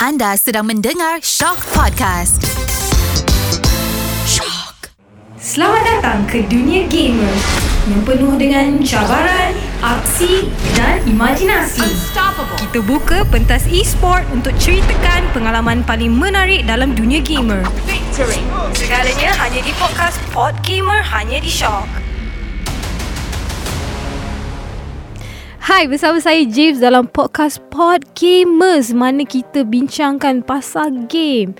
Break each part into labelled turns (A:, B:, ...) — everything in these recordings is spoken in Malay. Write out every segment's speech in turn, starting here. A: Anda sedang mendengar Shock Podcast. Shock.
B: Selamat datang ke dunia gamer yang penuh dengan cabaran, aksi dan imajinasi. Kita buka pentas e-sport untuk ceritakan pengalaman paling menarik dalam dunia gamer. Victory. Segalanya hanya di podcast Pod Gamer hanya di Shock.
C: Hai, bersama saya James dalam podcast Pod Gamers mana kita bincangkan pasal game.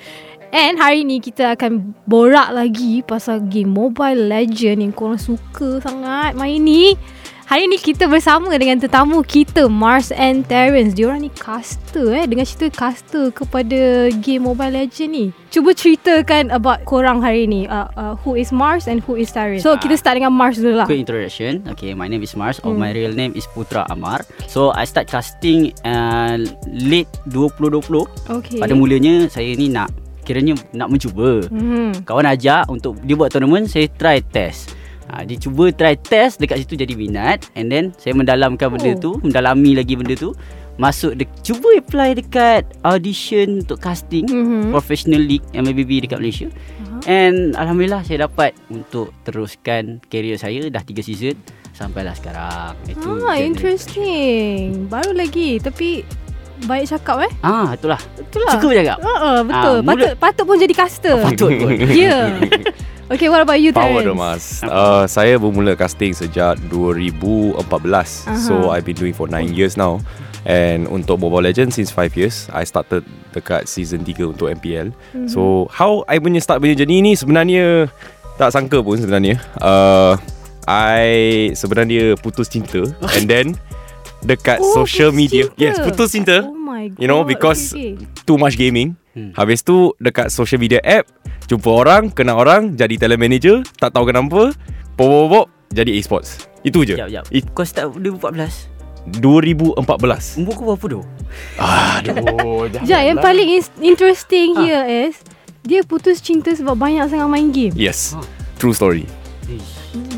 C: And hari ni kita akan borak lagi pasal game Mobile Legend yang korang suka sangat main ni. Hari ni kita bersama dengan tetamu kita Mars and Terrence. Diorang ni caster eh dengan cerita caster kepada game Mobile Legend ni. Cuba ceritakan about korang hari ni. Uh, uh, who is Mars and who is Terrence? So kita start dengan Mars dulu lah.
D: Quick introduction. Okay, my name is Mars. Or my real name is Putra Amar. So I start casting uh, late 2020.
C: Okay.
D: Pada mulanya saya ni nak kiranya nak mencuba.
C: Mhm.
D: Kawan ajak untuk dia buat tournament, saya try test. Ha, dia cuba try test dekat situ jadi minat and then saya mendalamkan
C: Oh.
D: benda tu, mendalami lagi benda tu. Masuk de- cuba apply dekat audition untuk casting
C: Mhm.
D: Professional League MLBB dekat Malaysia.
C: Aha.
D: And alhamdulillah saya dapat untuk teruskan karier saya dah 3 season sampailah sekarang. Itu
C: Ah,
D: genre.
C: interesting. Baru lagi tapi baik cakap eh.
D: Ah, itulah.
C: Itulah.
D: Cukup cakap.
C: Ha uh, betul.
D: Ah,
C: Uh,
D: mulut-
C: patut patut pun jadi caster.
D: Patut kot.
C: Ya. Yeah. Okay, what about you
E: Ah, Power
C: Terrence?
E: tu mas uh, Saya bermula casting sejak 2014
C: Aha.
E: So I've been doing for 9 years now And untuk Mobile Legends since 5 years I started dekat season 3 untuk MPL
C: Mhm.
E: So how I punya start punya journey ni sebenarnya Tak sangka pun sebenarnya uh, I sebenarnya putus cinta And then Dekat
C: Oh,
E: social
C: putus
E: media
C: cinta.
E: Yes putus cinta
C: Oh my god.
E: You know, because-
C: Okay, okay.
E: too much gaming.
D: Hmm.
E: Hmm. Habis tu dekat social media app, jumpa orang, kenal orang, jadi talent manager, tak tahu kenapa, bobok-bobok jadi e-sports. Itu je.
D: Jap, jap.
E: It,
D: Kau start 2014.
E: 2014.
D: Umur kau berapa doh?
C: Sekejap, yang paling is- interesting ah. here is dia putus cinta sebab banyak sangat main game.
E: Yes. True story.
D: Eh,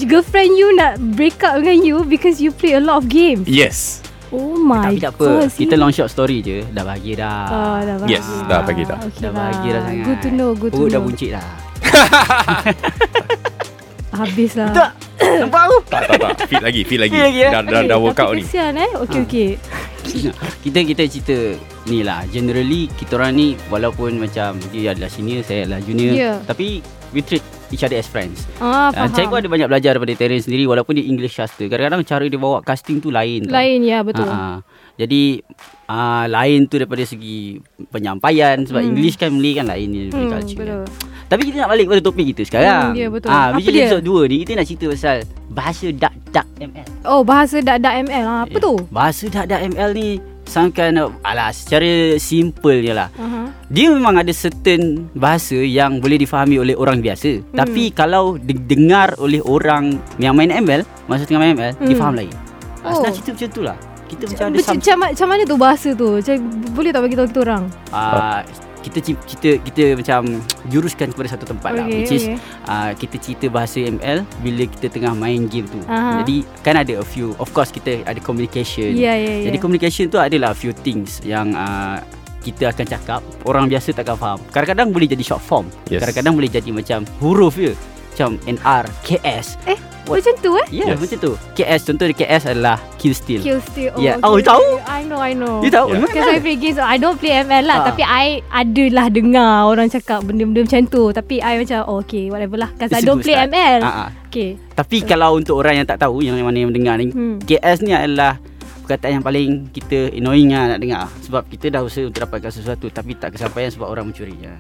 C: Girlfriend you nak break up dengan you because you play a lot of game.
E: Yes.
C: Oh my
D: Tapi tak apa.
C: god.
D: Kita long shot story je. Dah bahagia dah.
C: Oh, dah bahagia.
E: Yes, dah bahagia dah.
C: Okay lah.
D: dah bahagia dah sangat.
C: Good to know, good to
D: Perut dah
C: know.
D: buncit dah.
C: Habis lah.
D: Nampak aku?
E: tak tak tak. Fit lagi, fit lagi.
D: Fit lagi, eh?
E: Dah dah, dah workout
C: tapi
E: ni.
C: Kesian eh. Okey
D: Ah.
C: okey.
D: kita kita cerita ni lah generally kita orang ni walaupun macam dia adalah senior saya adalah junior
C: Ya.
D: tapi we treat each other as friends
C: Ah
D: Ah,
C: faham.
D: Cikgu ada banyak belajar daripada Terence sendiri Walaupun dia English caster Kadang-kadang cara dia bawa casting tu lain tau.
C: lain ya betul.
D: Ah, ah. Jadi uh, Lain tu daripada segi Penyampaian Sebab
C: Hmm.
D: English kan Malay kan lain ni
C: Hmm,
D: daripada culture
C: betul.
D: kan. Tapi kita nak balik pada topik kita sekarang
C: Hmm, ya, betul.
D: Ah,
C: Apa
D: Which is
C: dia?
D: episode 2 ni Kita nak cerita pasal Bahasa dak-dak ML
C: Oh bahasa dadak ML ah, apa
D: Eh,
C: tu?
D: Bahasa dak-dak ML ni Sangkan uh, Alah secara simple je lah
C: Aha.
D: dia memang ada certain bahasa yang boleh difahami oleh orang biasa. Hmm. Tapi kalau didengar oleh orang yang main ML, masa tengah main ML, hmm. dia
C: Hmm.
D: faham lain. Oh.
C: Oh.
D: Senang cerita macam tu lah. Kita macam ada
C: Macam,
D: some,
C: macam, macam mana tu bahasa tu? Macam, boleh tak bagi tahu kita orang?
D: uh, kita ci- kita kita macam juruskan kepada satu tempat okay, lah
C: Okey,
D: which is
C: okey.
D: okay. uh, kita cerita bahasa ML bila kita tengah main game tu.
C: Aha.
D: Jadi kan ada a few of course kita ada communication.
C: Ya, ya, ya.
D: Jadi communication tu adalah few things yang uh, kita akan cakap orang biasa takkan faham. Kadang-kadang boleh jadi short form.
E: Yes.
D: Kadang-kadang boleh jadi macam huruf je. Macam NR, KS.
C: Eh,
D: What?
C: Macam tu eh?
D: Ya, yeah,
E: Yes.
D: macam tu. KS contoh dia KS adalah kill steal.
C: Kill steal. Oh,
D: Yeah.
C: okay,
D: Oh, you tahu?
C: okay. I know, I know.
D: You tahu?
E: Yeah.
D: Memang
C: Because I play games, I don't play ML lah.
D: Ah.
C: Tapi I adalah dengar orang cakap benda-benda macam tu. Tapi I macam, oh, okay, whatever lah. Because I
D: It's a
C: don't
D: good
C: play
D: start.
C: ML.
D: Ah, ah.
C: Okay.
D: Tapi kalau untuk orang yang tak tahu yang mana yang mendengar ni,
C: Hmm.
D: KS ni adalah perkataan yang paling kita annoying lah nak dengar sebab kita dah usaha untuk dapatkan sesuatu tapi tak kesampaian sebab orang mencurinya.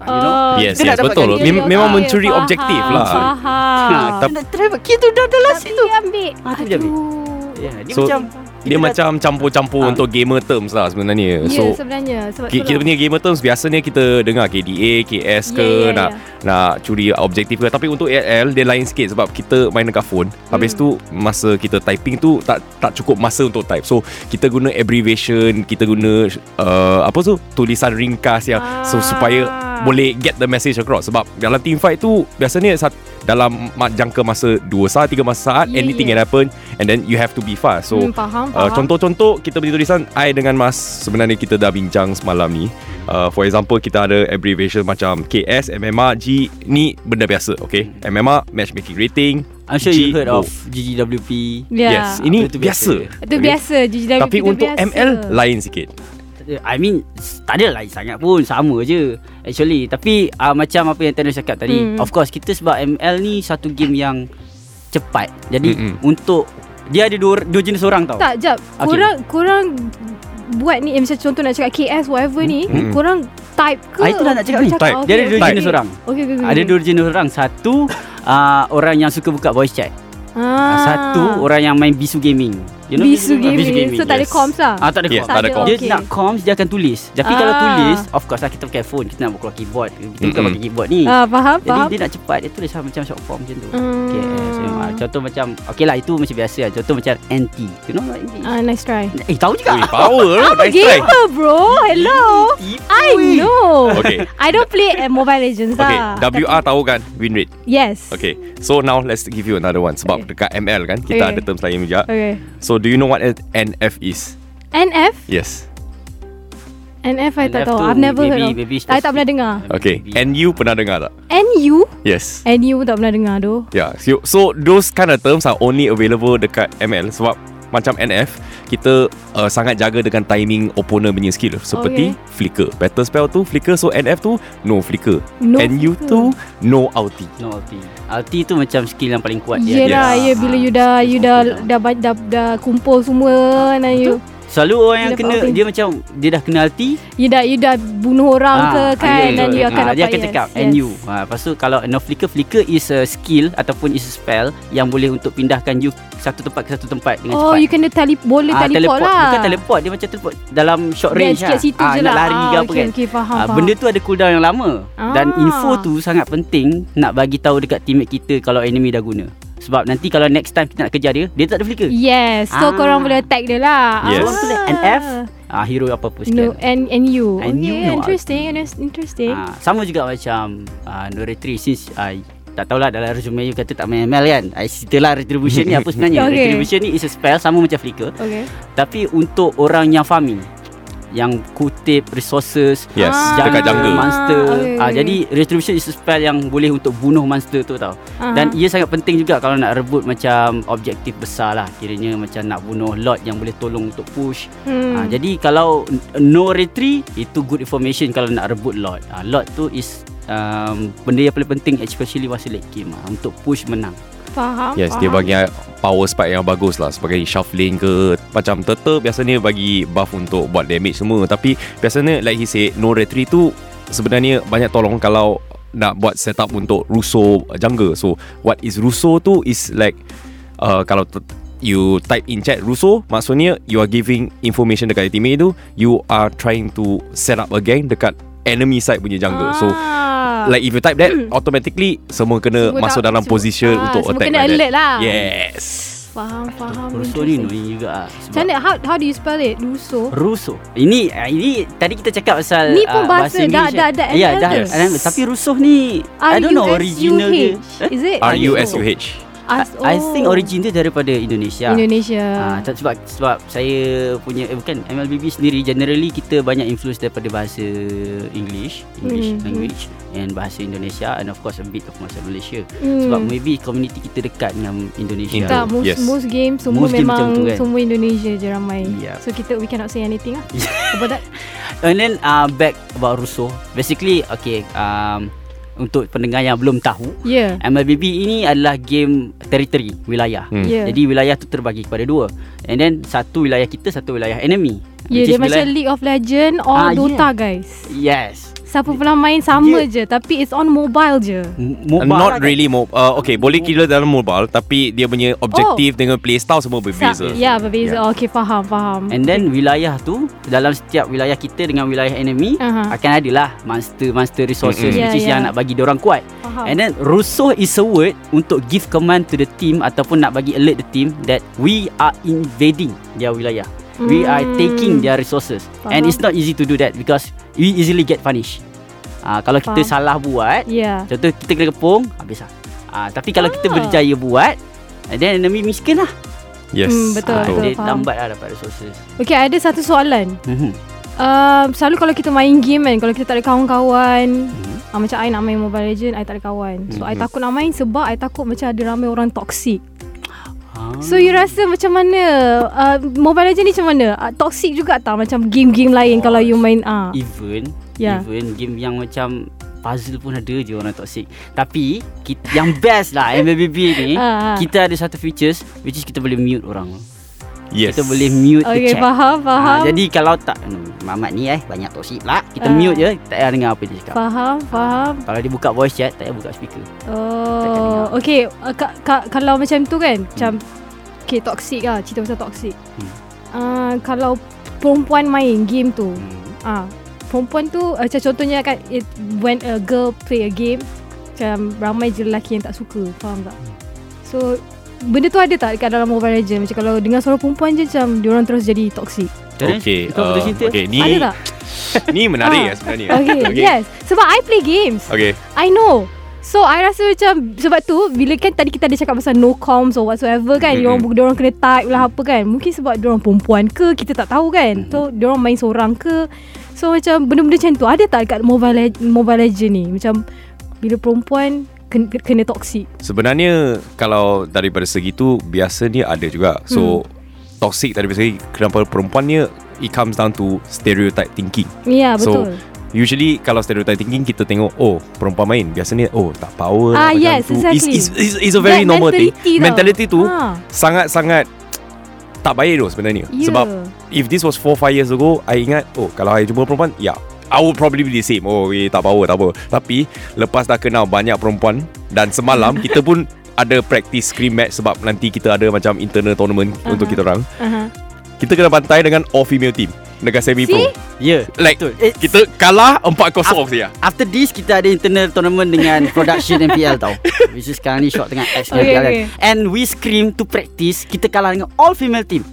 D: Ah, You know?
C: Oh,
E: Yes,
D: Kita nak
E: yes, betul.
D: dapatkan
E: Mem-
D: dia,
E: memang
C: okay,
E: mencuri
C: faham,
E: objektif lah.
C: Faham.
D: Ha, kita nak try kita dah dalam
C: Tapi
D: situ.
C: ambil.
D: Ah, tu dia ambil.
C: Aduh.
D: Ya, dia
E: So,
D: macam
E: Dia
D: kita dah-
E: macam campur-campur
D: Ah.
E: untuk gamer terms lah sebenarnya.
C: Ya,
E: So
C: sebenarnya. Sebab
E: Ki-
C: tu
E: kita
C: lah.
E: punya gamer terms biasanya kita dengar KDA, KS ke
C: Ya, ya,
E: nak
C: ya.
E: nak curi objektif ke tapi untuk AL dia lain sikit sebab kita main dekat phone. Habis
C: Hmm.
E: tu masa kita typing tu tak tak cukup masa untuk type. So kita
C: Ah.
E: guna abbreviation, kita guna uh, apa tu tulisan ringkas yang so, supaya boleh get the message across sebab dalam team fight tu biasanya sat, dalam ma- jangka masa 2 saat 3 saat
C: Yeah,
E: anything
C: yeah.
E: can happen and then you have to be fast so
C: Ya, Hmm,
D: Ah,
C: faham,
E: uh,
C: faham.
E: contoh-contoh kita punya tulisan I dengan Mas sebenarnya kita dah bincang semalam ni uh, for example kita ada abbreviation macam KS MMA G ni benda biasa okay MMA matchmaking rating
D: I'm sure you
E: G,
D: heard
E: go.
D: of GGWP.
C: Yeah.
E: yes ini
D: Itu
E: biasa,
D: biasa.
C: Itu biasa GGW
E: tapi
C: itu
E: untuk
C: biasa.
E: ML lain sikit
D: I mean s- Tak ada lain sangat pun Sama je Actually Tapi uh, Macam apa yang Tanner cakap tadi
C: Hmm.
D: mm. Of course Kita sebab ML ni Satu game yang Cepat Jadi
E: Mm-mm.
D: mm Untuk Dia ada dua, dua jenis orang tau
C: Tak, jap.
D: Okay.
C: Korang korang buat ni eh, macam contoh nak cakap KS whatever ni,
E: Mm-mm.
C: korang type ke?
D: Ah, itulah nak cakap ni.
E: Type.
C: okey,
D: Hmm. Dia ada dua
C: okey,
D: jenis
C: okey.
D: orang.
C: Okey, okey, okey.
D: Ada dua jenis orang Satu uh, Orang yang suka buka voice chat
C: Ah.
D: ah. Satu Orang yang main Bisu Gaming you
C: Bisu gaming. So tak ada comms lah.
D: Ah, tak ada comms
E: Yes, Ya, tak ada
D: Dia
E: comms.
C: Okey.
D: nak comms Dia akan tulis Tapi
C: Ah.
D: kalau tulis Of course lah Kita pakai phone Kita nak keluar keyboard Kita bukan
E: Mm-mm.
D: pakai keyboard ni
C: Ah, faham,
D: Jadi
C: faham.
D: dia nak cepat Dia tulis lah macam short form macam tu
C: Hmm.
D: KS ah, Contoh macam Okay lah itu macam biasa lah Contoh macam NT You know what NT
C: Ah, nice try.
D: Eh tahu juga
E: Ui, power lah nice try
C: Gamer bro, hello. I know.
E: Okay.
C: I don't play uh, Mobile Legends
E: Okay,
C: lah.
E: WR tahu kan win rate.
C: Yes.
E: Okay, so now let's give you another one sebab
C: Okay.
E: dekat ML kan kita
C: Okay.
E: ada terms lain juga.
C: Okay.
E: So do you know what NF is?
C: NF?
E: Yes.
C: NF I tak
D: NF
C: tahu.
D: tu
C: I've never
D: maybe-
C: heard of.
D: maybe
C: I tak pernah
D: specific.
C: dengar.
E: Okay,
D: Maybe.
E: NU pernah dengar tak?
C: NU?
E: Yes.
C: NU pun tak pernah dengar doh.
E: Yeah. Ya, So, so those kind of terms are only available dekat ML sebab macam NF kita uh, sangat jaga dengan timing opponent punya skill seperti
C: Okay.
E: flicker. Battle spell tu flicker so NF tu no flicker.
C: No
E: NU
C: flicker.
E: tu no ulti.
D: No ulti Ulti tu macam skill yang paling kuat dia lah.
C: Yelah,
E: Yes.
C: ya bila you
D: Ah,
C: dah you dah dah dah, dah, dah kumpul semua dan you
D: Selalu orang yang
C: Dia
D: kena
C: dapat ulti.
D: Dia macam Dia dah kena ulti
C: you dah you dah bunuh orang
D: ah,
C: ke kan
D: betul,
C: dan you akan
D: betul. Ah,
C: dapat
D: Dia akan cakap
C: yes,
D: NU ha, Lepas tu kalau no flicker Flicker is a skill Ataupun is a spell Yang boleh untuk pindahkan you Satu tempat ke satu tempat Dengan
C: Oh,
D: cepat
C: you kena tali boleh
D: Ah,
C: teleport, lah.
D: Bukan teleport Dia macam teleport Dalam short
C: Dia
D: range
C: sikit situ
D: Ah,
C: je
D: Nak
C: lah.
D: lari ke
C: Ah,
D: apa
C: okey,
D: kan
C: okey, faham,
D: Ah,
C: faham.
D: Benda tu ada cooldown yang lama Dan
C: Ah.
D: info tu sangat penting Nak bagi tahu dekat teammate kita Kalau enemy dah guna Sebab nanti kalau next time Kita nak kejar dia Dia tak ada flicker
C: Yes, so
D: Ah.
C: korang boleh attack dia lah.
E: Yes.
D: So, orang tulis NF ah, Hero apa-apa
C: No,
D: sekian
C: and and you.
D: And you,
C: okay,
D: no
C: interesting, interesting.
D: ah, Sama juga macam ah, Nuretri Since I tak tahulah dalam resume you kata tak main ML kan I cerita lah retribution ni apa sebenarnya
C: Okay.
D: Retribution ni is a spell sama macam flicker
C: Okay.
D: Tapi untuk orang yang farming yang kutip resources
E: Yes,
D: jungle,
E: dekat jungle.
D: Ah, monster
C: Ah,
D: ah,
C: okay, okay.
D: jadi retribution is a spell yang boleh untuk bunuh monster tu tau
C: Ah.
D: dan ia sangat penting juga kalau nak rebut macam objektif besar lah kiranya macam nak bunuh lot yang boleh tolong untuk push
C: Hmm.
D: Ah, jadi kalau n- no retry itu good information kalau nak rebut lot Ah, lot tu is um, benda yang paling penting especially masa late game ah, untuk push menang
C: Faham.
E: Yes,
C: faham.
E: dia bagi power spike yang bagus lah sebagai shuffling ke macam turtle biasanya bagi buff untuk buat damage semua tapi biasanya like he said no retry tu sebenarnya banyak tolong kalau nak buat setup untuk rusuh jungle so what is rusuh tu is like uh, kalau t- you type in chat rusuh maksudnya you are giving information dekat teammate tu you are trying to set up a gang dekat enemy side punya jungle so
C: Ah.
E: Like if you type that Automatically Semua
C: Semua
E: kena semua Masuk
C: tak-
E: dalam
C: semua-
E: position
C: ah,
E: Untuk
C: semua
E: attack
C: kena
E: like that.
C: alert lah.
E: Yes
C: faham faham.
D: Russo ni
C: Oh, interesting.
D: annoying juga ah, sebab-
C: Macam mana? How, how do you spell it? Russo?
D: Rusuh. Ini ah, ini tadi kita cakap pasal
C: Ni pun
D: ah,
C: bahasa, dah-
D: Inggeris
C: dah-
D: kan?
C: dah
D: Ya,
C: NL
D: dah
E: ke?
D: NL. Tapi rusuh ni I don't know original dia.
C: R-U-S-U-H. Is it?
E: R-U-S-U-H
C: As-
D: I think
C: oh.
D: origin dia daripada Indonesia.
C: Indonesia.
D: Ah, tak- sebab sebab saya punya eh, bukan MLBB sendiri generally kita banyak influence daripada bahasa English, English
C: Hmm,
D: language and bahasa Indonesia and of course a bit of bahasa Malaysia.
C: Hmm.
D: Sebab maybe community kita dekat dengan Indonesia.
E: Indo.
C: tak, most,
E: Yes.
C: most game semua
D: Most game
C: memang
D: macam tu kan?
C: semua Indonesia je ramai.
D: Yeah.
C: So kita we cannot say anything lah. About that.
D: And then uh, back about Russo. Basically okay um, untuk pendengar yang belum tahu
C: Yeah.
D: MLBB ini adalah game teritori wilayah.
E: Hmm.
C: Yeah.
D: Jadi wilayah tu terbagi kepada dua. And then satu wilayah kita, satu wilayah enemy.
C: Yeah,
D: Which
C: Ya, dia
D: is
C: macam
D: wilayah-
C: League of Legend or
D: Ah,
C: Dota
D: yeah.
C: guys.
D: Yes.
C: Siapa pula main sama je
D: Dia-
C: tapi it's on mobile je.
D: M- mobile
E: Mobile Not
D: lah kan?
E: really mo- uh, Okay
C: Oh.
E: boleh kira dalam mobile Tapi dia punya objektif Dengan playstyle Semua berbeza
C: Sa- yeah, berbeza. Yeah. Okay, faham, faham.
D: And then wilayah tu dalam setiap wilayah kita dengan wilayah enemy
C: Aha. Ya,
D: uh-huh. akan adalah monster-monster resources
E: Mm-mm.
D: mm-hmm. which
C: Yeah,
D: is
C: yeah.
D: yang nak bagi orang kuat.
C: Faham.
D: And then rusuh is a word untuk give command to the team ataupun nak bagi alert the team that we are invading their wilayah. We are
C: Hmm.
D: taking their resources. And
C: Faham.
D: it's not easy to do that because we easily get punished. Uh, kalau kita
C: Faham.
D: salah buat,
C: Yeah.
D: contoh kita kena kepung, habis lah. Uh, tapi kalau
C: Ah.
D: kita berjaya buat, and then enemy miskin lah.
E: Yes.
C: Hmm, betul,
D: Ah,
C: betul.
D: Dia
C: faham.
D: lambat lah dapat resources.
C: Okay, ada satu soalan.
D: Mhm.
C: Uh, selalu kalau kita main game kan, kalau kita tak ada kawan-kawan, ah, macam I nak main Mobile Legend, I tak ada kawan. So,
D: Mhm.
C: I takut nak main sebab I takut macam ada ramai orang toxic.
D: Ah.
C: So, you rasa macam mana? Uh, Mobile Legend ni macam mana? Uh, toxic juga tak macam game-game
D: Oh,
C: lain kalau you main? Ah,
D: Even
C: Ya.
D: yeah. Even game yang macam Puzzle pun ada je orang toxic Tapi kita, Yang best lah MBBB ni
C: Ah, ah.
D: Kita ada satu features Which is kita boleh mute orang
E: Yes.
D: Kita boleh mute
C: Okay,
D: the chat
C: faham, faham.
D: Ah, Jadi kalau tak hmm, Mamat ni eh Banyak toxic pula Kita
C: Ah.
D: mute je Tak payah dengar apa dia cakap
C: Faham, faham.
D: Kalau dia buka voice chat Tak payah buka speaker Takkan
C: Oh,
D: dengar.
C: okay. Uh, ka, ka, kalau macam tu kan, macam okay toxic lah, cerita pasal toxic. Hmm.
D: Hmm.
C: Uh, kalau perempuan main game tu,
D: hmm.
C: ah perempuan tu uh, macam contohnya kan it, when a girl play a game, macam ramai je lelaki yang tak suka, faham tak?
D: Hmm.
C: So benda tu ada tak dekat dalam Mobile Legends? Macam kalau dengar suara perempuan je macam diorang terus jadi toxic.
D: Terus,
E: Okay,
D: Kau putus
E: uh,
D: eh? cinta
E: okay, ni
C: Ada tak?
E: ni menarik
C: Ah.
E: ya sebenarnya.
C: Okay, okay, yes. Sebab I play games.
E: Okay.
C: I know So I rasa macam Sebab tu Bila kan tadi kita ada cakap Pasal no comms Or whatsoever kan mm-hmm. Diorang, diorang kena type lah apa kan Mungkin sebab diorang perempuan ke Kita tak tahu kan So diorang main seorang ke So macam benda-benda macam tu Ada tak dekat Mobile, Leg- Mobile Legend ni Macam Bila perempuan Kena, kena toxic
E: Sebenarnya kalau daripada segi tu biasanya ada juga. So
C: Hmm.
E: toxic daripada segi kenapa perempuan ni it comes down to stereotype thinking.
C: Ya yeah,
E: So
C: betul
E: usually kalau stereotype thinking kita tengok oh perempuan main biasanya oh tak power
C: Ah,
E: lah macam
C: yes,
E: tu.
C: exactly.
E: It's, it's, it's, it's a very
C: That
E: normal
C: mentality
E: thing.
C: tau.
E: Mentality tu
C: Ha.
E: sangat-sangat tak baik tu sebenarnya.
C: Ya.
E: Sebab if this was 4 5 years ago I ingat oh kalau I jumpa perempuan ya yeah, I would probably be the same. Oh, eh, tak power, tak apa. Tapi lepas dah kenal banyak perempuan dan semalam kita pun ada practice scream match sebab nanti kita ada macam internal tournament uh-huh. untuk kita orang.
C: uh-huh.
E: Kita kena pantai dengan all female team dengan semi pro.
C: See?
D: Ya yeah.
E: Like
D: Betul.
E: It, kita kalah 4-0
D: Af-
E: saja.
D: After this Kita ada internal tournament Dengan production MPL tau Which is sekarang ni Shot tengah X
C: Okay,
D: MPL kan.
C: okay.
D: And we scream to practice Kita kalah dengan all female team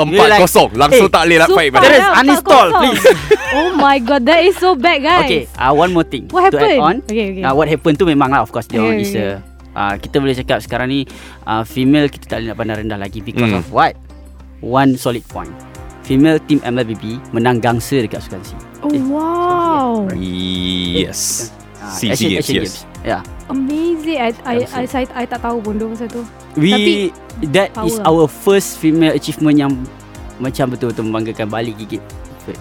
E: 4-0
D: Relax.
E: langsung
D: Eh,
E: tak boleh nak fight
C: Sumpah
E: balik.
D: Terus,
C: lah, empat
D: uninstall,
C: kosong.
D: please.
C: Oh my god That is so bad guys
D: Okay, uh, one more thing.
C: What
D: To add
C: happened?
D: on,
C: Okay, okay.
D: Uh, what happened tu memang lah of course dia
C: Okay,
D: orang is
C: okay.
D: a uh, kita boleh cakap sekarang ni uh, female kita tak boleh nak pandang rendah lagi because
E: Hmm.
D: of what? One solid point. Female team MLBB menang gangsa dekat Eh, Sukansi.
C: Oh wow
E: Yes.
D: Ah, uh,
E: Si, si, yes, yes.
D: Yeah.
C: Amazing I, I, I,
D: Langsung.
C: I, I tak tahu pun Diorang pasal tu
D: We that
C: power
D: is
C: lah.
D: our first female achievement yang macam betul-betul membanggakan Bali gigit.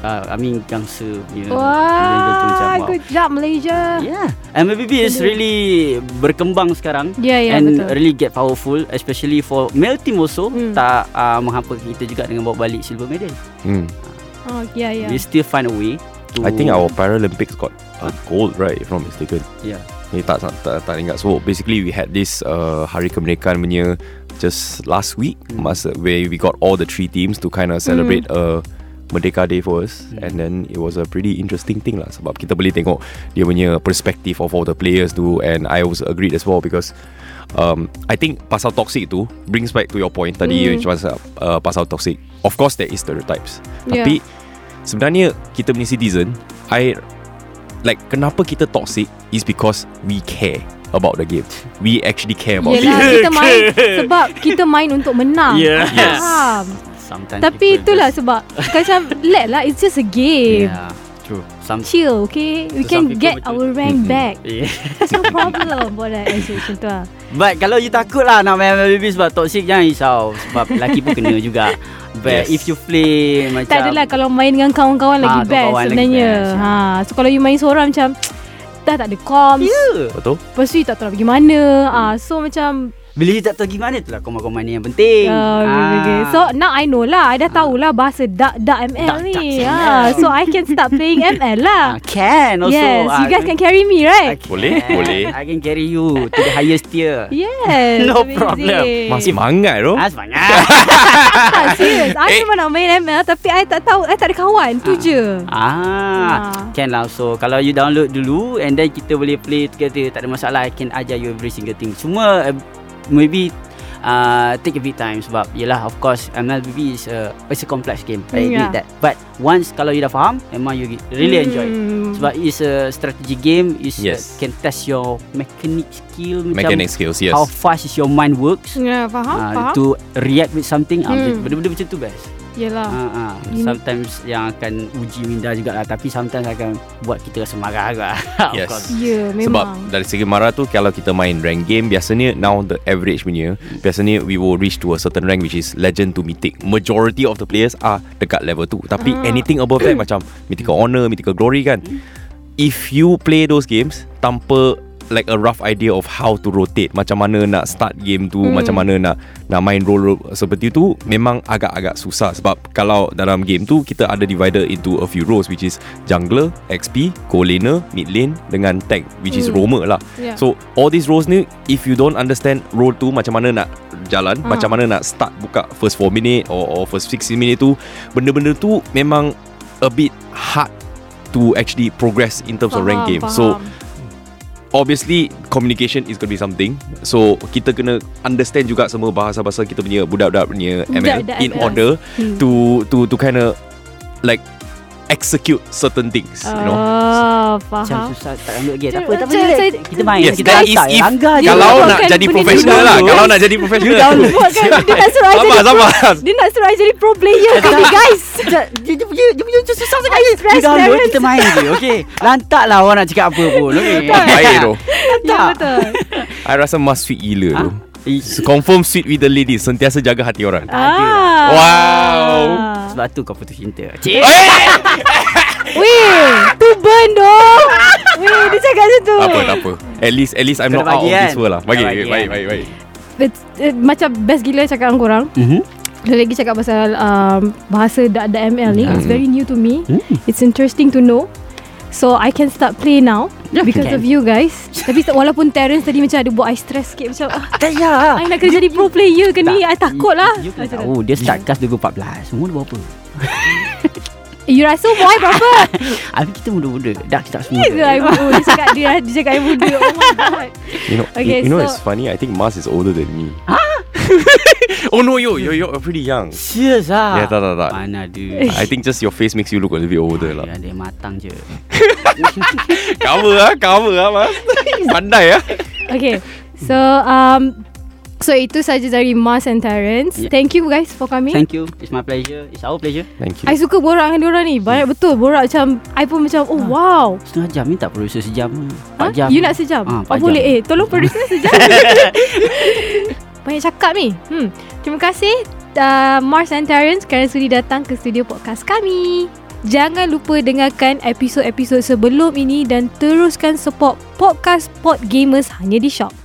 D: Uh, I mean gangsa punya. level tu
C: Wah,
D: macam, wow.
C: good job Malaysia.
D: Yeah, MLBB is really berkembang sekarang.
C: Ya, ya,
D: and
C: betul.
D: really get powerful, especially for male team also
C: Hmm.
D: tak uh, menghampa kita juga dengan bawa balik silver medal.
E: Hmm.
C: Oh, yeah, yeah.
D: We still find a way. To,
E: I think our Paralympics got a gold right if not mistaken.
D: yeah.
E: Ni tak tak, tak, tak ingat So basically we had this uh, Hari Kemerdekaan punya Just last week
D: Hmm.
E: masa, Where we got all the three teams To kind of celebrate uh, Merdeka Day for us
D: Hmm.
E: And then it was a pretty interesting thing lah Sebab kita boleh tengok Dia punya perspective of all the players tu And I also agreed as well Because um, I think pasal toxic tu Brings back to your point Tadi
D: Hmm.
E: you cakap pasal, uh, pasal toxic Of course there is stereotypes
C: Yeah.
E: Tapi Sebenarnya kita punya citizen I like kenapa kita toxic is because we care about the game. We actually care about
C: Yelah,
E: it.
C: kita main sebab kita main untuk menang.
D: Yeah. Yes.
C: Faham.
D: Sometimes
C: Tapi
D: people
C: itulah
D: just-
C: sebab macam let lah it's just a game.
D: Yeah. True. Some
C: Chill, okay? We
D: So,
C: can
D: some people Mm-hmm.
C: get
D: macam-
C: our rank back.
D: Yeah.
C: It's no problem buat that actually macam tu lah.
D: But kalau you takut lah nak main MLBB sebab toxic jangan risau sebab lelaki pun kena juga. But
E: Yes.
D: if you play macam
C: Tak adalah kalau main dengan kawan-kawan lagi
D: Ah,
C: best
D: kawan-kawan lagi
C: sebenarnya.
D: best,
C: Ha, so kalau you main seorang macam dah tak ada comms,
D: Yeah.
E: Betul?
C: lepas tu you tak tahu nak pergi mana. Ah, so macam
D: Bila you tak tahu gimana itulah komen-komen ni yang penting. Ah,
C: Oh, okay, okay. So now I know lah I dah tahulah bahasa Dark Dark ML
D: Dark- dark
C: ni
D: ML.
C: ha, So I can start playing ML lah
D: Ah, can also.
C: Yes
D: Ah,
C: You guys can carry me right
D: Okay.
E: Boleh, boleh.
D: I can carry you to the highest tier.
C: Yes
D: No
C: amazing.
D: problem. Eh.
E: Masih semangat tu.
D: Ah, semangat.
C: Tak serious I memang nak main ML Tapi I tak tahu I tak ada kawan Tu je
D: Ah,
C: Ah.
D: can lah. So kalau you download dulu and then kita boleh play together, tak ada masalah. I can ajar you every single thing. Cuma uh, eh, maybe uh, take a bit time sebab yelah of course MLBB is a it's a complex game.
C: Yeah.
D: I
C: Hmm.
D: admit that. But once kalau you dah faham memang you really enjoy. Sebab it's a strategy game is yes.
E: Yes.
D: can test your mechanic skill
E: Mechanic
D: macam
E: skills, yes.
D: how fast is your mind works.
C: Ya, faham,
D: Ah,
C: faham.
D: to react with something ah,
C: Hmm.
D: benda-benda macam tu best
C: Yelah.
D: ah. ah.
C: ini-
D: sometimes yang akan uji minda jugalah tapi sometimes akan buat kita rasa marah juga Oh, Of
E: Yes.
D: course.
C: Ya,
E: Sebab
C: memang.
E: dari segi marah tu Kalau kita main rank game Biasanya now the average punya Biasanya we will reach to a certain rank Which is legend to mythic Majority of the players are Dekat level tu Tapi
C: Ah.
E: anything above that Macam mythical honor Mythical glory kan If you play those games Tanpa like a rough idea of how to rotate macam mana nak start game tu macam mana nak nak main role, role seperti tu memang agak-agak susah sebab kalau dalam game tu kita ada divided into a few roles which is jungler, XP, core laner, mid lane dengan tank which is roamer lah.
C: Yeah.
E: So all these roles ni if you don't understand role tu macam mana nak jalan,
C: Ah.
E: macam mana nak start buka first 4 minute or, or first 16 minute tu benda-benda tu memang a bit hard to actually progress in terms of rank game. So obviously communication is going to be something. So kita kena understand juga semua bahasa-bahasa kita punya budak-budak punya ML
C: Budak-budak
E: in
C: ML.
E: order
C: Hmm.
E: to to to kind of like execute certain things, you know.
C: Ah,
D: Macam
C: faham.
D: susah tak ambil game. Tak apa,
C: Macam-
D: tak apa.
C: macam
D: relax.
C: saya-
D: Kita main.
E: Yes,
D: kita
E: that is
D: hantar.
E: if
D: Langgar je.
E: kalau
C: download
E: nak
C: kan
E: jadi
C: benda
E: professional
C: dulu.
E: lah, kalau nak jadi professional.
C: Download kan Dia nak suruh I
E: Sabar,
C: jadi pro
E: sabar.
C: Dia nak suruh I jadi pro player Kami guys
D: Dia dia punya dia punya susah sangat.
C: I
D: You
C: stress
D: download
C: parents.
D: kita main je. Okey. Lantak lah orang nak cakap apa pun. Okey.
E: Baik tu.
C: Ya
D: Ah.
C: betul
E: I rasa mas sweet gila tu.
D: Eh,
E: So, confirm sweet with the ladies Sentiasa jaga hati orang
C: ah.
E: Wow.
D: lah. Sebab tu kau putus cinta. Cik.
E: Eh?
C: Weh Tu burn doh Weh dia cakap macam tu
E: Tak apa tak apa At least at least I'm
D: Kau
E: not
D: dah
E: out of
D: bagi kan?
E: this world lah Bagi
D: Dah bagi
E: baik
D: kan?
E: baik baik
C: Bet- eh, Macam best gila cakap dengan korang
D: Mhm.
C: Dia lagi cakap pasal um, Bahasa da, da ML ni
D: Hmm.
C: It's very new to me It's interesting to know So I can start play now Because
D: Can.
C: of you guys Tapi walaupun Terence tadi macam ada buat I stress sikit Macam ah,
D: Tak payah.
C: I nak kena jadi pro player ke ni I takut lah
D: You kena
C: I cakap,
D: tahu dia start cast 2014. Umur dia berapa?
C: Eh, You rasa why berapa?
D: Habis kita muda-muda. Dah kita semua.
C: Dia air budu Dia cakap dia, dia cakap air budu Oh my god
E: You know,
C: Okay,
E: you, you know
C: so-
E: it's funny. I think Mars is older than me. oh no, yo, yo, you're pretty young.
D: Serius lah.
E: Yeah, tak, tak, tak.
D: Mana ada.
C: Eh.
E: I think just your face makes you look a little bit older
D: Ya,
E: lah.
D: Ada yang matang je.
E: cover ah, cover ah, Mars. Pandai ah.
C: Okay So um So itu saja dari Mas and Terence
D: Yeah.
C: Thank you guys for coming
D: Thank you. It's my pleasure. It's our pleasure.
E: Thank
C: I suka borak dengan diorang ni Banyak betul borak macam I pun macam
D: Ah.
C: Oh wow
D: Setengah jam ni tak producer sejam ni. Empat
C: Ha?
D: jam.
C: You nak sejam?
D: Ah,
C: oh,
D: empat
C: boleh
D: jam.
C: eh Tolong producer sejam Banyak cakap ni hmm. Terima kasih uh, Mars and Terrence Kerana sudi datang ke studio podcast kami Jangan lupa dengarkan episod-episod sebelum ini Dan teruskan support podcast Pod Gamers hanya di Shock